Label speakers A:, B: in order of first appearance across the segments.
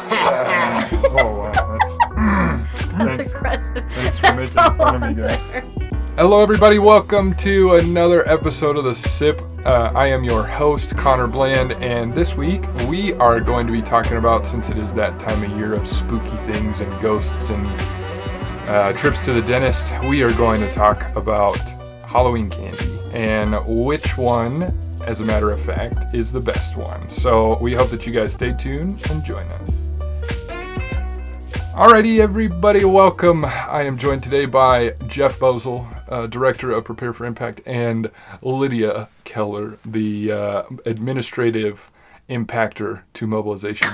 A: oh wow, that's.
B: That's
A: Thanks.
B: aggressive.
A: Thanks for
B: That's
A: making
B: so
A: fun of me,
B: on
A: guys.
B: there.
A: Hello, everybody. Welcome to another episode of The Sip. Uh, I am your host, Connor Bland, and this week we are going to be talking about, since it is that time of year of spooky things and ghosts and uh, trips to the dentist, we are going to talk about Halloween candy and which one, as a matter of fact, is the best one. So we hope that you guys stay tuned and join us. Alrighty, everybody, welcome. I am joined today by Jeff Bozel, uh, Director of Prepare for Impact, and Lydia Keller, the uh, Administrative Impactor to Mobilization.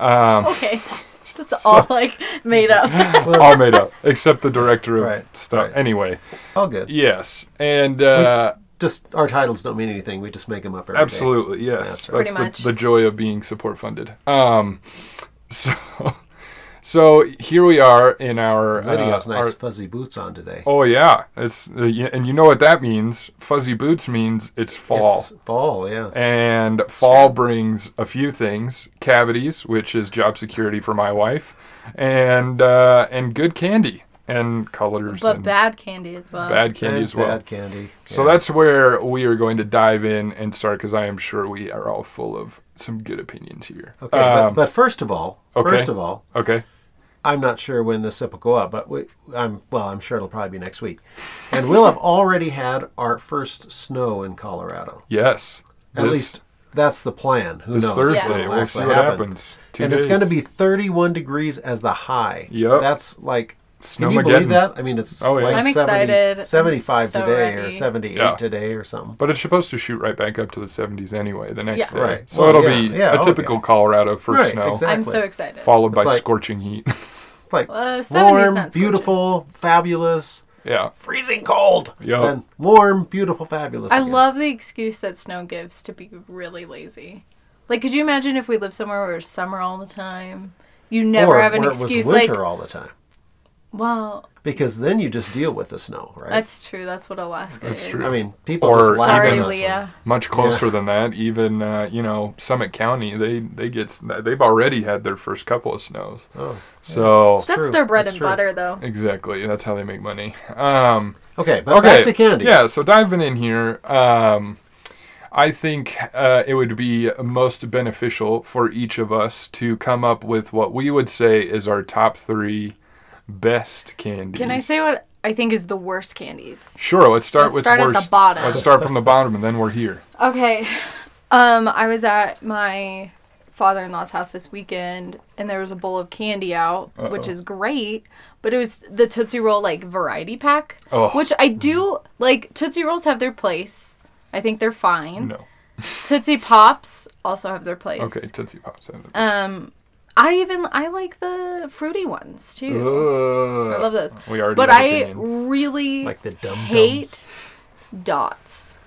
A: Um,
B: Okay, that's all like made up.
A: all made up, except the Director of
C: Right,
A: Stuff.
C: right.
A: Anyway,
C: All good.
A: yes. And. Uh,
C: Just our titles don't mean anything. We just make them up every day.
A: Absolutely, yes.
C: That's right.
A: That's,
B: Pretty much.
A: the, the joy of being support funded. Um, so, so here we are in our.
C: Lydia
A: uh,
C: has nice
A: our-
C: fuzzy boots on today.
A: oh yeah, it's uh, yeah, and you know what that means. Fuzzy boots means it's fall.
C: It's fall, yeah.
A: and fall brings a few things: cavities, which is job security for my wife, and uh, and good candy and colors,
B: But
A: and
B: bad candy as well.
A: bad candy
C: And
A: as well.
C: Bad candy.
A: So
C: yeah.
A: that's where we are going to dive in and start because I am sure we are all full of some good opinions here.
C: okay.
A: Um,
C: but, but first of all,
A: okay.
C: first of all,
A: okay.
C: I'm not sure when this sip will go up, but we, I'm well. I'm sure it'll probably be next week, and we'll have already had our first snow in Colorado.
A: Yes.
C: At
A: This-
C: least that's the plan. Who
A: this
C: knows?
A: Thursday.
C: what'll
A: We'll see
C: actually
A: what
C: happen.
A: happens. Two
C: and it's going to
A: days.
C: be 31 degrees as the high.
A: Yep.
C: That's like. Can you
A: Snowmageddon.
C: believe that? I mean, it's
A: Oh, yeah.
C: like
A: I'm
C: 70
B: excited. I'm
C: 75
B: so
C: today or
B: ready.
C: 78
A: Yeah.
C: today or something.
A: But it's supposed to shoot right back up to the 70s anyway the next
B: Yeah.
A: day.
C: Right.
A: So
C: Well,
A: it'll
C: yeah.
A: be
C: Yeah,
A: a
C: oh,
A: typical
C: yeah.
A: Colorado for
C: Right,
A: snow,
C: exactly.
B: I'm so excited.
A: followed by
C: It's like-
A: scorching heat.
C: It's like
B: Uh, 70's
C: warm,
B: not scorching.
C: beautiful, fabulous,
A: yeah.
C: freezing cold.
A: Yeah.
C: Then warm, beautiful, fabulous.
B: I
C: again.
B: love the excuse that snow gives to be really lazy. Like, could you imagine if we lived somewhere where it's summer all the time? You never
C: or,
B: have an
C: where
B: excuse.
C: it was winter
B: like,
C: all the time.
B: well,
C: Because then you just deal with the snow, right?
B: that's true. That's what Alaska
A: That's
B: is.
A: true.
C: I mean, people
A: Or
C: just laugh
A: even-
B: Sorry,
C: at us.
B: Leah.
A: Much closer than that, even uh, you know Summit County, they they get s- they've already had their first couple of snows.
C: Oh.
A: So
B: That's
C: true.
B: their bread
C: That's
B: and
C: true.
B: butter, though.
A: Exactly. That's how they make money. Um,
C: Okay, but
A: okay.
C: back to candy.
A: Yeah. So diving in here, um, I think uh, it would be most beneficial for each of us to come up with what we would say is our top three best candies.
B: Can I say what I think is the worst candies?
A: Sure. Let's start
B: Let's
A: with
B: start at the
A: worst.
B: bottom.
A: Let's start from the bottom, and then we're here.
B: Okay. Um, I was at my father in law's house this weekend and there was a bowl of candy out, which is great. But it was the Tootsie Roll like variety pack.
A: Oh.
B: Which I do like Tootsie Rolls have their place. I think they're fine.
A: No.
B: Tootsie Pops also have their place.
A: Okay. Tootsie pops. in.
B: Um I even I like the fruity ones too.
A: Ugh.
B: I love those.
A: We already.
B: But
A: have
B: I
A: opinions.
B: really
C: Like the dum
B: hate dots.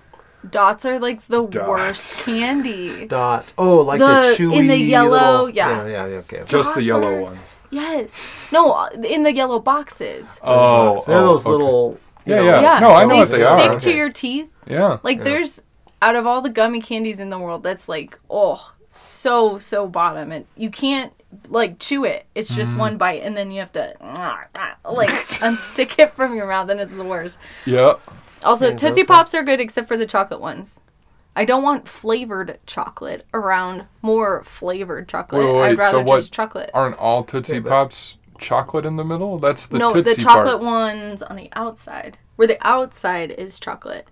B: Dots are like the
A: Dots.
B: worst candy.
C: Dots. Oh, like the,
B: The-
C: chewy.
B: in the yellow,
C: little-
B: yeah.
C: Yeah, yeah, okay.
A: just the
B: Dots
A: yellow
B: are-
A: ones.
B: Yes. No, uh, in the yellow boxes.
A: Oh,
C: They're
A: oh,
C: those
A: okay.
C: little. you
A: Yeah,
C: know,
A: yeah.
B: yeah.
A: No, I know
B: they
A: what they
B: stick
A: are.
B: to your teeth.
A: Yeah.
B: Like there's out of all the gummy candies in the world, that's like oh so so bottom, and you can't like chew it. It's
A: Mm.
B: just one bite, and then you have to like unstick it from your mouth, and it's the worst.
A: Yeah.
B: Also,
C: Yeah,
B: Tootsie
C: that's right.
B: Pops are good except for the chocolate ones. I don't want flavored chocolate around more flavored chocolate.
A: Wait, wait,
B: I'd
A: wait, so
B: rather
A: what
B: just chocolate.
A: Aren't all Tootsie
C: Yeah, but-
A: Pops chocolate in the middle? That's the
B: no,
A: Tootsie
B: the chocolate
A: part.
B: ones on the outside, where the outside is chocolate.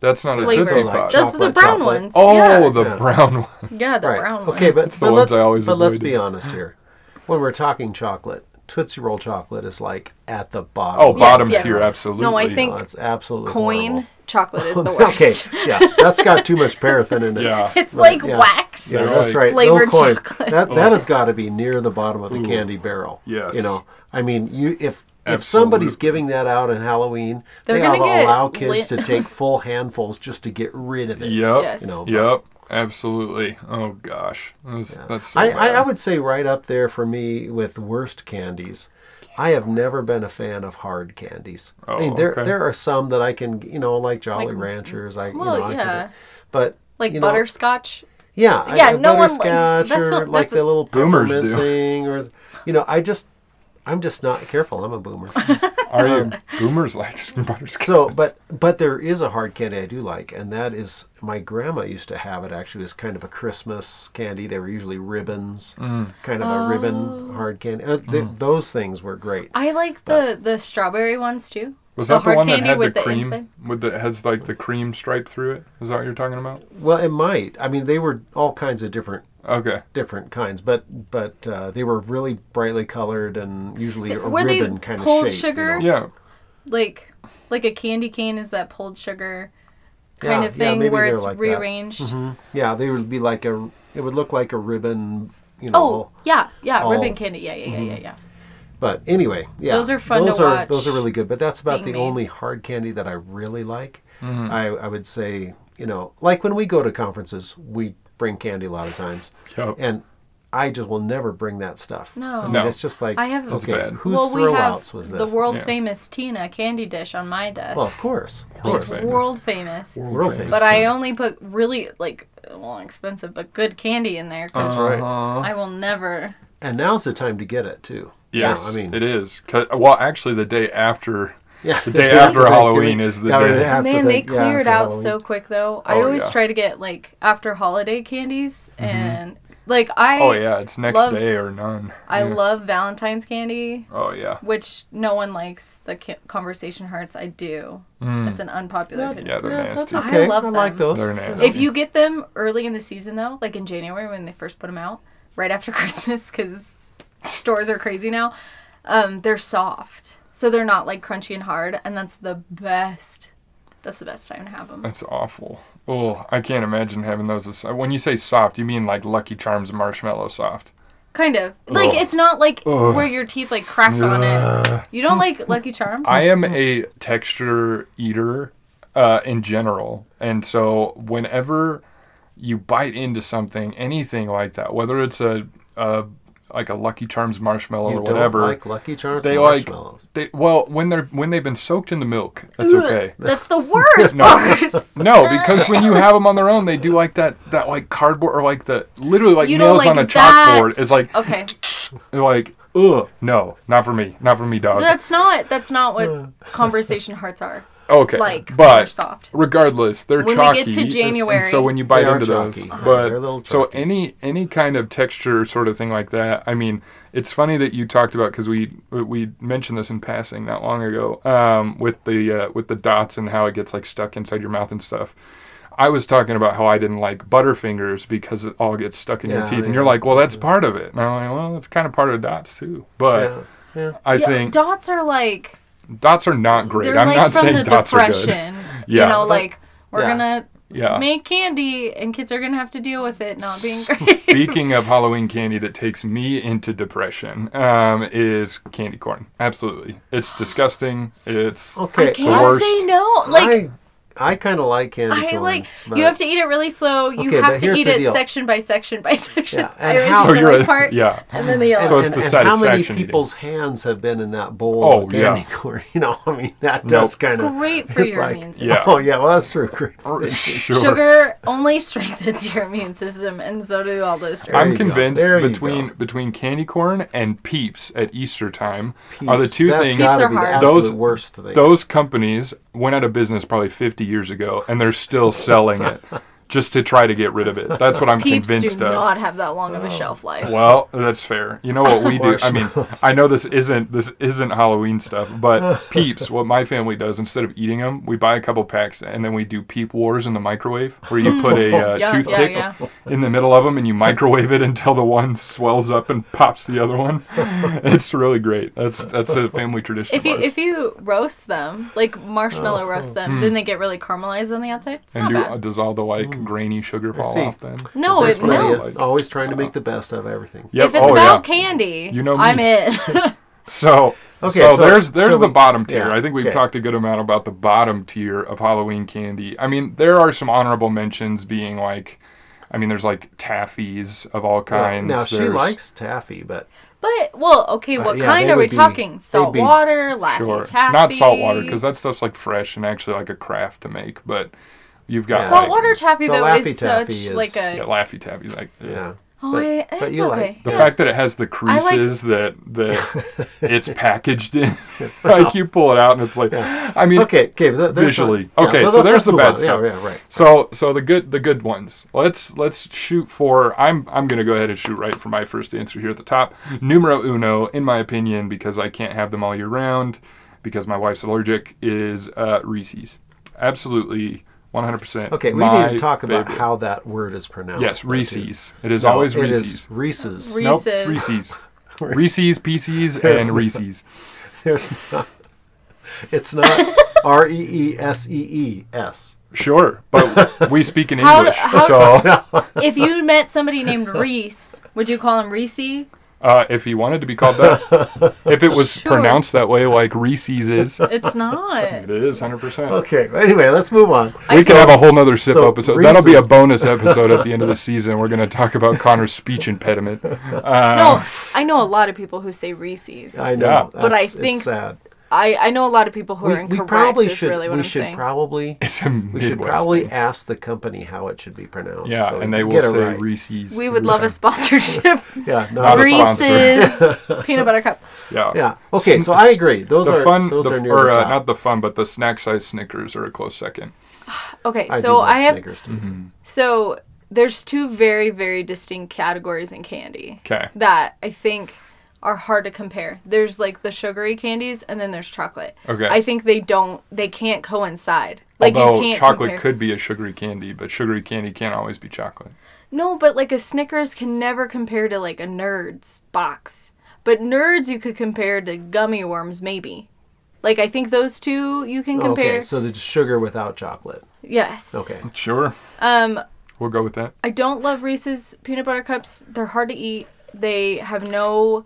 A: That's not a
B: flavor.
A: Tootsie
C: Like
A: Pop.
B: Those are the
C: Chocolate,
B: brown
C: chocolate.
B: ones.
A: oh,
B: yeah.
A: the
C: Yeah.
A: brown one.
B: yeah, the
C: right.
B: brown ones.
C: Okay, but,
A: the
C: but
A: ones
C: let's
A: I always
C: but let's be
A: avoided.
C: honest here. When we're talking chocolate, Tootsie Roll chocolate is like at the bottom.
A: Oh,
B: Yes,
A: bottom
B: yes.
A: tier, absolutely.
B: No, I think
C: Oh, it's absolutely
B: coin
C: horrible.
B: chocolate is the worst.
C: okay, yeah, that's got too much paraffin in it.
A: Yeah.
B: It's
C: Right,
B: like
C: yeah.
B: wax.
C: Yeah,
A: They're
C: that's
A: like- Oh.
C: right. No
B: Flavored
C: coins.
B: chocolate.
C: That that has got to be near the bottom of the candy barrel.
A: Yes.
C: You know, I mean, you if if
A: Absolutely.
C: somebody's giving that out on Halloween,
B: They're
C: they ought
B: gonna
C: to
B: get
C: allow kids
B: lit.
C: to take full handfuls just to get rid of it.
A: Yep.
B: Yes.
C: You know, but-
A: Yep. Absolutely. Oh gosh, that's, that's so
C: I, I,
A: bad.
C: I would say right up there for me with worst candies. I have never been a fan of hard candies. I
A: Oh,
C: mean, there
A: okay.
C: there are some that I can, you know, like Jolly
B: Like-
C: Ranchers. I,
B: well,
C: you know, I
B: yeah.
C: can, but
B: Like
C: you know,
B: butterscotch.
C: Yeah, I-
B: Yeah,
C: a
B: no one likes-
C: butterscotch
B: that's
C: or
B: not-
C: like
B: that's
C: the
B: a-
C: little
A: Boomers
C: peppermint
A: do.
C: thing, or you know, I just, I'm just not careful. I'm a boomer.
A: Are you boomers like butterscotch?
C: um, so, but but there is a hard candy I do like, and that is my grandma used to have it. Actually, as kind of a Christmas candy. They were usually ribbons, kind of a
B: Oh.
C: ribbon hard candy. Uh, th- Those things were great.
B: I like the the strawberry ones too.
A: Was that the
B: hard
A: one that
B: candy
A: had the
B: with the
A: cream?
B: inside?
A: with the has like the cream stripe through it? Is that what you're talking about?
C: Well, it might. I mean, they were all kinds of different
A: Okay.
C: different kinds, but but uh, they were really brightly colored and usually a
B: Were they
C: ribbon kind
B: pulled
C: of shape. you
B: sugar?
C: know.
A: Yeah.
B: Like like a candy cane is that pulled sugar kind
C: Yeah,
B: of
C: yeah,
B: thing
C: maybe
B: where
C: they're
B: it's
C: like that. Mm-hmm.
B: rearranged.
C: Yeah, they would be like a. It would look like a ribbon, you know.
B: Oh yeah, yeah,
C: all- Mm-hmm.
B: ribbon candy. Yeah, yeah, yeah, yeah, yeah.
C: But anyway, yeah,
B: Those are fun to
C: Those are
B: watch
C: those are really good. But that's about the
B: being made.
C: only hard candy that I really like.
A: Mm-hmm.
C: I I would say you know like when we go to conferences, we bring candy a lot of times,
A: Yep.
C: and I just will never bring that stuff.
B: No.
C: I mean,
A: No.
C: it's just like
B: I have- That's
C: okay,
A: bad.
C: whose
B: well, we
C: throwouts
B: have
C: was
B: the
C: this?
B: world
A: Yeah.
B: famous Tina candy dish on my desk.
C: well, of course, of
A: course.
C: course.
B: it's
A: famous.
B: world famous.
C: World famous.
B: But I only put really like well expensive but good candy in there. 'cause
C: right.
B: I will never.
C: And now's the time to get it too.
A: Yes,
C: Yeah, I mean-
A: it is. 'Cause- well, actually, the day after.
C: Yeah,
A: The day after Halloween is the
C: Yeah,
A: day.
C: after
B: Man,
C: the-
B: they
C: yeah,
B: cleared
C: after
B: out
C: Halloween.
B: so quick though. I
A: Oh,
B: always
A: yeah. Mm-hmm.
B: try to get like after holiday candies and like I
A: Oh yeah, it's next
B: love-
A: day or none.
B: I
C: Mm-hmm.
B: love Valentine's candy,
A: Oh yeah,
B: which no one likes. The ca- conversation hearts. I do.
A: Hmm.
B: It's an unpopular
C: That-
B: opinion.
A: Yeah, they're
C: that's
A: nasty.
B: I
C: okay. I,
B: love
C: like
B: them.
C: those.
A: They're
C: You
A: nasty.
C: know?
B: If you get them early in the season, though, like in January when they first put them out, right after Christmas, because stores are crazy now, um, they're soft, so they're not like crunchy and hard, and that's the best. That's the best time to have them.
A: that's awful. Oh, I can't imagine having those. As, when you say soft, you mean like Lucky Charms marshmallow soft?
B: Kind of like
A: Ugh.
B: it's not like
A: Ugh. Uh.
B: where your teeth like crack on it. You don't like Lucky Charms?
A: I am
C: Mm-hmm.
A: a texture eater uh, in general, and so whenever you bite into something, anything like that, whether it's a, a like a Lucky Charms marshmallow
C: You
A: or
C: don't
A: whatever,
C: like Lucky Charms
A: they like
C: marshmallows.
A: they well when they're when they've been soaked in the milk, that's okay.
B: that's the worst
A: No.
B: part.
A: No, because when you have them on their own, they do like that that like cardboard or like the literally like
B: You don't
A: nails
B: like
A: on a
B: that.
A: chalkboard. It's like
B: okay,
A: like ugh, no, not for me, not for me, dog.
B: that's not that's not what conversation hearts are.
A: okay,
B: like, they're
A: but
B: soft.
A: regardless, they're
B: When we
A: chalky.
B: get to
A: and
B: January-
A: so when you bite
C: They are
A: into those,
C: chalky. Uh-huh. They're a little
A: but so
C: chalky.
A: any any kind of texture sort of thing like that. I mean, it's funny that you talked about because we we mentioned this in passing not long ago um, with the uh, with the dots and how it gets like stuck inside your mouth and stuff. I was talking about how I didn't like Butterfingers because it all gets stuck in your
C: Yeah,
A: teeth, and
C: yeah.
A: you're like, "Well, that's part of it." And I'm like, "Well, that's kind of part of dots too." But
C: Yeah, yeah.
A: I
B: Yeah,
A: think
B: dots are like
A: dots are not great.
B: They're
A: I'm
B: like
A: not
B: from the
A: saying dots are good.
B: depression.
A: Yeah.
B: You know, like we're
C: Yeah.
B: gonna
A: Yeah.
B: make candy and kids are gonna have to deal with it not being great.
A: Speaking of Halloween candy that takes me into depression, um, is candy corn. Absolutely, it's disgusting. It's
C: Okay. I
A: the
C: can't
A: worst.
B: say no. Like
C: I, I kind of like candy
B: I,
C: corn.
B: like
C: but-
B: you have to eat it really slow. You
C: Okay, but
B: have to
C: here's
B: eat
C: the
B: it
C: deal.
B: section by section by section.
C: Yeah,
B: I
C: and
B: always
C: how-
B: eat
A: So
B: the
A: you're
B: right
A: a-
B: part
A: yeah.
B: and then the other.
A: So it's the
C: How many
A: satisfaction eating.
C: people's hands have been in that bowl
A: Oh,
C: of candy
A: yeah.
C: corn? You know, I mean, that does
A: Nope.
C: kind of.
B: great for your immune system.
A: Yeah.
C: Oh, yeah, well, that's true. Great. for-
A: Or- sure.
B: Sugar only strengthens your immune system, and so do all those drugs.
A: I'm
C: you go.
A: convinced
C: There you
A: between
C: go.
A: between candy corn and Peeps at Easter time are the
C: Peeps.
A: two
C: That's
A: things.
C: gotta
B: Peeps
C: be
B: are
C: the
B: hard.
C: absolute
A: Those-
C: worst thing.
A: Those companies went out of business probably 50 years ago, and they're still selling it just to try to get rid of it. That's what I'm
B: Peeps do
A: convinced of. Oh.
B: not have that long of a shelf life.
A: Well, that's fair. You know what we do? I mean, I know this isn't this isn't Halloween stuff, but peeps. What my family does instead of eating them, we buy a couple packs and then we do peep wars in the microwave, where you put a uh,
B: Yeah, yeah,
A: toothpick
B: yeah.
A: in the middle of them and you microwave it until the one swells up and pops the other one. It's really great. That's that's a family tradition.
B: If you
A: of ours.
B: if you roast them, like
C: Oh.
B: marshmallow roast them, then they get really caramelized on the outside. It's
A: and
B: not
A: do,
B: bad.
A: does all the like grainy sugar fall
C: see.
A: off then?
B: no,
C: This
B: Oh, it
C: lady
A: no.
B: melts.
C: is always trying to make the best out of everything.
A: Yep.
B: If it's
A: oh,
B: about
A: yeah.
B: candy,
A: You know me.
B: I'm in.
A: So,
C: Okay,
A: so,
C: so-
A: there's there's
C: so
A: the
C: we-
A: bottom tier.
C: yeah,
A: I think we've
C: okay.
A: talked a good amount about the bottom tier of Halloween candy. I mean, there are some honorable mentions being like, I mean, there's like taffies of all
C: Well,
A: kinds.
C: now, she
A: There's-
C: likes taffy, but
B: but well, okay, what
C: Uh, yeah,
B: kind
C: they
B: are we
C: would be-
B: talking? Salt
C: they'd be-
B: water, Laffy
A: sure,
B: Taffy.
A: not salt water because that stuff's like fresh and actually like a craft to make, but You've got
C: Yeah.
A: like,
B: Saltwater taffy
C: The
B: though
C: Laffy
B: is such
C: Taffy is-
B: like a
A: yeah, Laffy Taffy. Like
C: Yeah.
B: oh,
C: But-
B: I,
C: but
B: it's
C: you like-
B: okay.
A: The
B: yeah.
A: fact that it has the creases that that it's packaged in, like you pull it out and it's like, I mean,
C: Okay. Okay. th- there's
A: Visually.
C: yeah,
A: Okay,
C: let's-
A: so
C: let's
A: there's the
C: move
A: bad
C: on.
A: stuff.
C: Yeah. Yeah. Right.
A: So so the good the good ones. Let's let's shoot for. I'm I'm gonna go ahead and shoot right for my first answer here at the top. Numero uno, in my opinion, because I can't have them all year round, because my wife's allergic, is uh, Reese's. Absolutely, 100. percent
C: Okay. We need to talk about how that word is pronounced.
A: Yes,
C: though, too.
A: Reese's. It is
C: No,
A: always
C: it
A: Reese's.
C: is Reese's.
B: Re-
A: Nope, it's Reese's.
B: Reese's.
A: Reese's, PCs, and Reese's.
C: There's not. It's not R E E S E E S.
A: Sure, but we speak in
B: How-
A: English,
B: how-
A: so
B: if you met somebody named Reese, would you call him Reese?
A: uh, if he wanted to be called that, if it was
B: Sure.
A: pronounced that way, like Reese's is,
B: It's not.
A: it is hundred percent.
C: Okay. Anyway, let's move on.
A: We can have a whole nother sip
C: so
A: episode. That'll be a
C: Reese's-
A: bonus episode at the end of the season. We're going to talk about Connor's speech impediment.
B: No, I know a lot of people who say Reese's.
C: I know.
A: Yeah.
B: But I
C: that's-
B: think
C: it's sad.
B: I, I know a lot of people who are
C: We, we
B: incorrect.
C: probably
B: is
C: should.
B: really what
C: we
B: I'm
C: should
B: saying.
C: probably.
A: It's a
C: We should
A: Midwest
C: probably
A: thing.
C: ask the company how it should be pronounced.
A: yeah,
C: so we
A: and they
C: can
A: will
C: get it
A: say
C: right.
A: Reese's.
B: we would love a sponsorship.
C: Yeah, no,
A: Not a
C: it's-
A: sponsor.
B: Reese's peanut butter cup.
A: Yeah.
C: yeah. Okay,
A: Sn-
C: so I agree. Those
A: the
C: are
A: fun,
C: those
A: the,
C: are
A: f-
C: near
A: or,
C: the
A: uh,
C: top.
A: not the fun, but the snack size Snickers are a close second.
B: Okay,
C: I do
B: so
C: love
B: I have
C: Snickers too.
A: Mm-hmm.
B: so there's two very very distinct categories in candy.
A: Okay.
B: that I think are hard to compare. There's like the sugary candies and then there's chocolate.
A: Okay.
B: I think they don't they can't coincide. Like
A: Although
B: you can't
A: chocolate
B: compare.
A: could be a sugary candy, but sugary candy can't always be chocolate.
B: No, but like a Snickers can never compare to like a Nerds box. But Nerds you could compare to gummy worms maybe. Like I think those two you can compare.
C: Okay, so the sugar without chocolate.
B: yes.
C: Okay,
A: Sure.
B: Um
A: We'll go with that.
B: I don't love Reese's peanut butter cups. They're hard to eat. They have no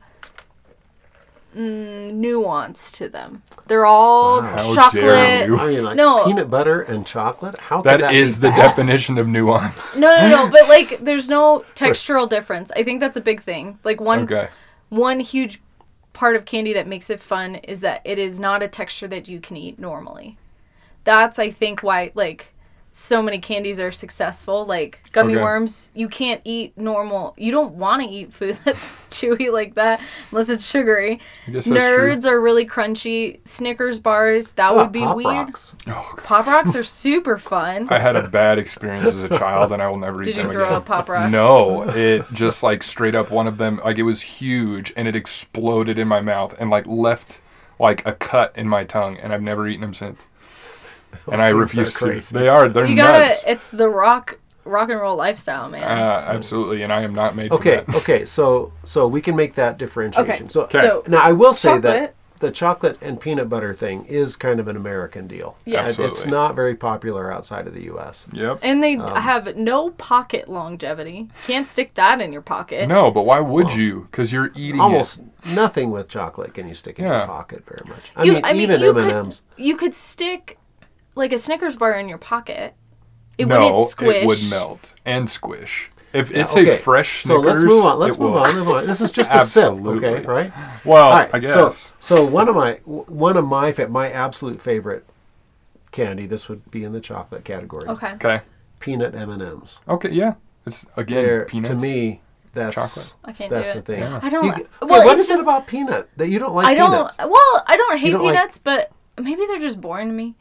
B: mm, nuance to them. They're all
C: Wow.
A: How dare
B: chocolate.
A: you.
B: No,
C: I mean like
B: No.
C: peanut butter and chocolate. How could
A: That
C: that
A: is
C: be
A: the
C: bad?
A: definition of nuance.
B: no, no. But like, there's no textural difference. I think that's a big thing. Like one
A: Okay.
B: one huge part of candy that makes it fun is that it is not a texture that you can eat normally. That's I think why like so many candies are successful. Like gummy
A: Okay.
B: worms, you can't eat normal. You don't want to eat food that's chewy like that unless it's sugary.
A: I guess that's true.
B: Nerds are really crunchy. Snickers bars, that
C: How
B: would
C: about
B: be
C: Pop
B: weird.
C: Rocks?
A: Oh, God.
B: Pop rocks are super fun.
A: I had a bad experience as a child, and I will never eat
B: Did you
A: them
B: throw
A: again.
B: up pop rocks?
A: No, it just like straight up one of them, like it was huge and it exploded in my mouth and like left like a cut in my tongue, and I've never eaten them since. And I
C: things are
A: refuse to.
C: crazy.
A: They are, they're
B: You gotta.
A: nuts.
B: It's the rock rock and roll lifestyle, man.
A: Uh, absolutely, and I am not made
C: Okay,
A: for that.
C: okay. So so we can make that differentiation. So,
B: Okay. So-
C: now I will say
B: Chocolate.
C: that the chocolate and peanut butter thing is kind of an American deal.
B: Yeah.
C: It- it's
A: Absolutely.
C: not very popular outside of the U.S.
A: Yep.
B: And they
C: Um,
B: have no pocket longevity. Can't stick that in your pocket.
A: No, but why would you? Because you're eating
C: Almost
A: it.
C: nothing with chocolate can you stick in
A: Yeah.
C: your pocket very much. I
B: You-
C: mean, even
B: you
C: M
B: could-
C: and M's.
B: You could stick like a Snickers bar in your pocket. It
A: No,
B: wouldn't squish.
A: it would melt and squish. If it's
C: Okay,
A: a fresh
C: So
A: Snickers,
C: let's move on. Let's
A: it
C: move
A: will.
C: on. Move on. This is just a sip,
A: Absolutely.
C: okay? Right.
A: Well,
C: All right.
A: I guess.
C: So, so one of my one of my fa- my absolute favorite candy. This would be in the chocolate category.
B: Okay.
A: okay.
C: Peanut M and M's.
A: Okay, yeah. It's again
C: They're
A: peanuts.
C: to me. That's
A: Chocolate.
B: I can't
C: that's
B: do
C: the
B: it.
C: thing.
B: I don't.
C: You-
B: li-
C: okay,
B: well,
C: what
B: it's
C: is it
B: just-
C: about peanut that you don't like
B: I don't. uh,
C: peanuts?
B: Well, I don't hate
C: don't like-
B: peanuts, but maybe they're just boring to me.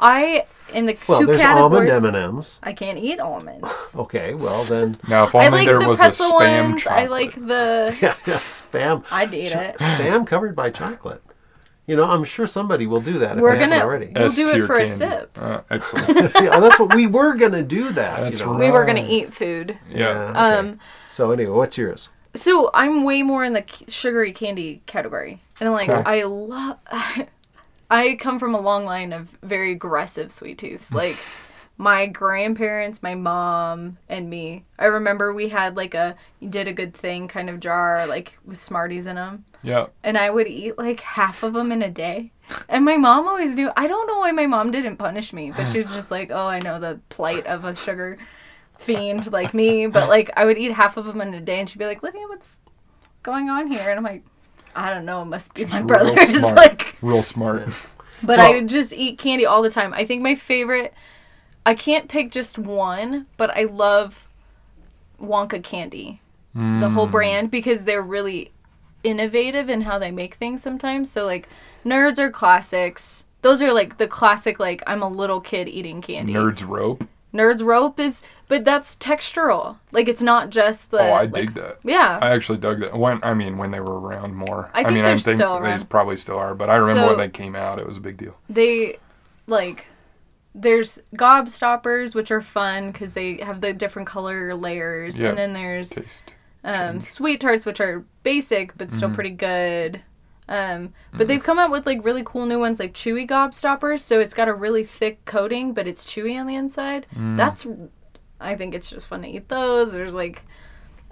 B: I in the
C: Well,
B: two
C: there's
B: categories.
C: almond M and M's.
B: I can't eat almonds.
C: Okay, well then,
A: Now, if
B: I
A: only
B: like
A: there
B: the
A: was a
B: pretzel
A: spam
B: ones.
A: chocolate.
B: I like the.
C: yeah, yeah, spam.
B: I'd eat it.
C: Spam covered by chocolate. You know, I'm sure somebody will do that.
B: We're
C: if they haven't
B: gonna-
C: already.
B: We'll do it
A: S-tier
B: for a
A: candy.
B: sip.
A: Uh, excellent.
C: yeah, that's what we were gonna do. That.
A: That's
C: you know?
A: right.
B: We were gonna eat food.
A: yeah.
C: okay.
B: Um,
C: So anyway, what's yours?
B: So I'm way more in the c- sugary candy category, and like
A: Okay.
B: I love. I come from a long line of very aggressive sweet tooths. Like my grandparents, my mom, and me. I remember we had like a you did a good thing kind of jar, like with Smarties in them,
A: Yeah.
B: and I would eat like half of them in a day. And my mom always knew. I don't know why my mom didn't punish me, but she was just like, "Oh, I know the plight of a sugar fiend like me." But like, I would eat half of them in a day, and she'd be like, "Lydia, what's going on here?" And I'm like, "I don't know. It must be my brother."
A: Real
B: Just
A: smart.
B: like,
A: Real smart.
B: but I
C: Well-
B: just eat candy all the time. I think my favorite. I can't pick just one, but I love Wonka candy, the
A: Hmm.
B: whole brand, because they're really innovative in how they make things sometimes. So like nerds are classics. Those are like the classic like I'm a little kid eating candy.
A: Nerds rope. Oh,
B: Nerds rope is but that's textural. Like it's not just the
A: Oh, I
B: like-
A: dig that.
B: Yeah.
A: I actually dug that. When I mean, when they were around more.
B: I think
A: mean,
B: they're
A: I think
B: still
A: they
B: around.
A: probably still are. But I remember when
B: So-
A: they came out, it was a big deal.
B: they like there's gobstoppers which are fun because they have the different color layers
A: Yeah.
B: and then there's
A: Taste.
B: um, sweet tarts which are basic but
A: Mm-hmm.
B: still pretty good um, but they've come out with like really cool new ones like chewy gobstoppers so it's got a really thick coating but it's chewy on the inside
A: Mm.
B: that's i think it's just fun to eat those there's like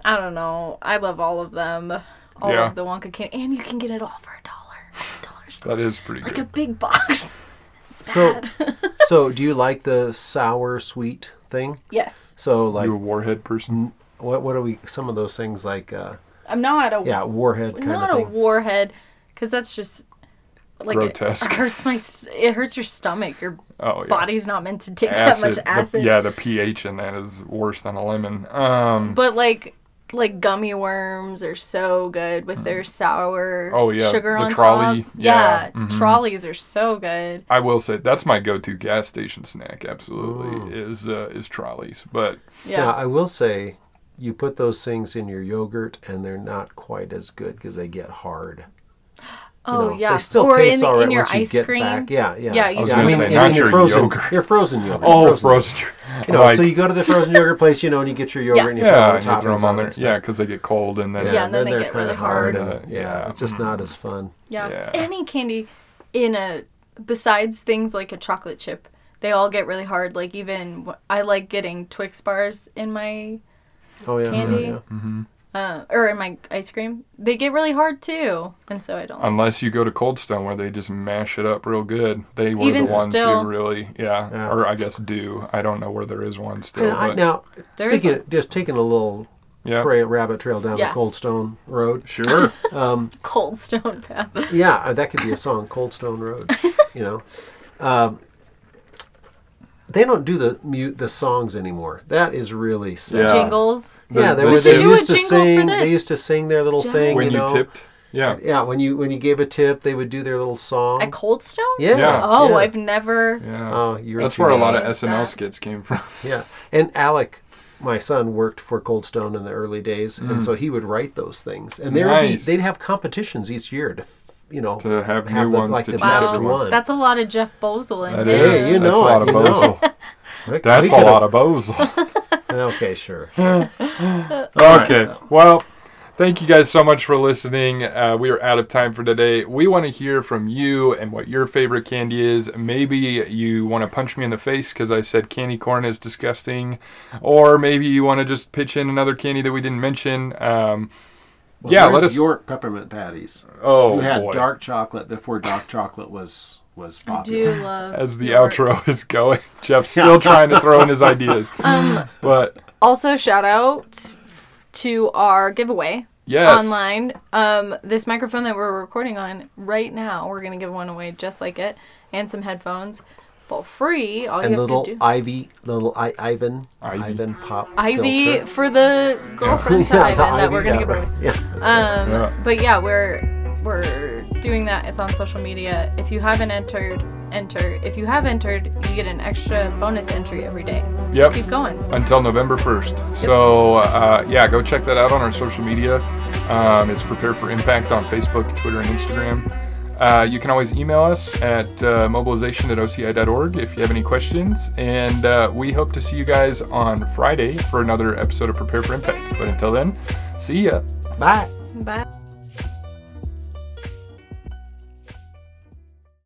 B: i don't know i love all of them all
A: Yeah.
B: of the wonka candy and you can get it all for a dollar a dollar store.
A: That is pretty
B: like a
A: good.
B: big box
C: So, so do you like the sour sweet thing?
B: yes
C: So like
A: you a warhead person?
C: what what are we? Some of those things like uh,
B: I'm not a
C: yeah, warhead kind
B: not
C: of
B: a
C: thing.
B: warhead because that's just like it-
A: Grotesque.
B: It, hurts my st- it hurts your stomach. Your
A: Oh yeah.
B: body's not meant to take
A: acid.
B: that much
A: the-
B: acid.
A: yeah, the pH in that is worse than a lemon. Um,
B: But like like gummy worms are so good with their sour
A: Mm-hmm. Oh, yeah,
B: sugar
A: the
B: on
A: trolley,
B: top.
A: yeah, Mm-hmm.
B: trolleys are so good.
A: I will say that's my go-to gas station snack. Absolutely is uh, is trolleys, but
C: Now,
B: Yeah.
C: I will say, you put those things in your yogurt, and they're not quite as good because they get hard.
B: oh
C: know,
B: yeah.
C: They still
B: or
C: taste
B: in,
C: all right
B: in your
C: once you
B: ice
C: get
B: cream.
C: back. Yeah, yeah.
B: Yeah, I was
A: gonna say, not your
C: frozen,
A: yogurt.
C: Your frozen yogurt.
A: oh, frozen.
C: You know,
A: like,
C: so you go to the frozen yogurt place, you know, and you get your yogurt
B: Yeah.
C: and you put all
A: yeah,
C: the
A: and you
C: toppings
A: throw them on
C: it
A: there.
C: and stuff.
A: Yeah, because they get cold and then
B: Yeah, and then they
C: they're
B: get
C: kinda
B: really Mm-hmm.
A: hard.
C: and,
A: Uh,
C: yeah,
A: yeah.
C: it's just not as fun.
B: Yeah.
A: Yeah.
B: Any candy in a besides things like a chocolate chip, they all get really hard. Like even wh- I like getting Twix bars in my
C: Oh yeah,
B: Candy.
C: yeah, yeah.
A: Mm-hmm.
B: uh, or in my ice cream. They get really hard too, and so I don't. like
A: Unless you go to Cold Stone where they just mash it up real good. They were
B: Even
A: the ones
B: still-
A: who really, yeah,
C: Yeah.
A: or I guess do. I don't know where there is one still.
C: And I,
A: but-
C: now,
B: There is
C: speaking of, just taking a little
A: yeah,
C: trail, rabbit trail down
B: Yeah.
C: the Cold Stone Road.
A: sure. Um,
B: Cold Stone Path.
C: Yeah, uh, that could be a song, Cold Stone Road. You know, um, they don't do the mu- the songs anymore. That is really sad.
A: Yeah.
B: Jingles.
C: Yeah, they,
A: We
C: were,
A: should
C: they
A: do a
C: used to
B: jingle for
C: sing.
B: this.
C: They used to sing their little
B: Jack.
C: thing.
A: when
C: you
A: you,
C: know,
A: tipped, yeah,
C: Yeah, when you when you gave a tip, they would do their little song.
B: At Cold Stone.
C: yeah.
A: Yeah.
B: Oh,
C: yeah.
B: I've never.
A: yeah.
C: Oh, you were
A: That's
C: too
A: where a
C: young.
A: lot of
B: Like
A: SNL
B: that.
A: skits came from.
C: Yeah, and Alec, my son, worked for Cold Stone in the early days, and so he would write those things, and there would be
A: Mm. Nice.
C: they'd have competitions each year to, you know,
A: To have new
C: the,
A: ones
C: like
A: to
C: the
A: teach Wow.
C: best
A: everyone.
C: one.
B: That's a lot of Jeff Bozel in
A: That
B: there.
A: is.
C: Hey, you
A: That's
C: know
A: a lot
C: it.
A: of
C: you know. Look, we
A: That's a
C: could've-
A: lot of bozo.
C: Okay, sure.
A: Okay. Well, thank you guys so much for listening. Uh, we are out of time for today. We want to hear from you and what your favorite candy is. Maybe you want to punch me in the face because I said candy corn is disgusting, or maybe you want to just pitch in another candy that we didn't mention. Um,
C: Well,
A: yeah,
C: there's
A: let us.
C: York peppermint patties.
A: oh
C: You had
A: boy.
C: dark chocolate before dark chocolate was was
B: I
C: popular.
B: do love.
A: As the
B: your-
A: outro is going, Jeff's still trying to throw in his ideas. but
B: Also, shout out to our giveaway.
A: yes,
B: online. Um, this microphone that we're recording on right now, we're gonna give one away just like it, and some headphones for free. All
C: And
B: you have
C: little
B: to do.
C: Ivy, little I, Ivan,
A: Ivy.
C: Ivan pop.
B: Ivy
C: filter.
B: for the girlfriend to
C: Yeah,
B: Ivan
C: the
B: that
C: Ivy,
B: we're gonna
C: yeah,
B: give away.
C: right. Yeah, that's right.
B: Um,
A: Yeah.
B: but yeah, we're we're doing that. It's on social media. If you haven't entered, enter. If you have entered, you get an extra bonus entry every day. So
A: Yep.
B: Keep going.
A: until November 1st. So, uh, yeah, go check that out on our social media. Um, it's Prepare for Impact on Facebook, Twitter, and Instagram. Uh, you can always email us at uh, mobilization at oci.org if you have any questions. And uh, we hope to see you guys on Friday for another episode of Prepare for Impact. But until then, see ya.
C: Bye.
B: Bye.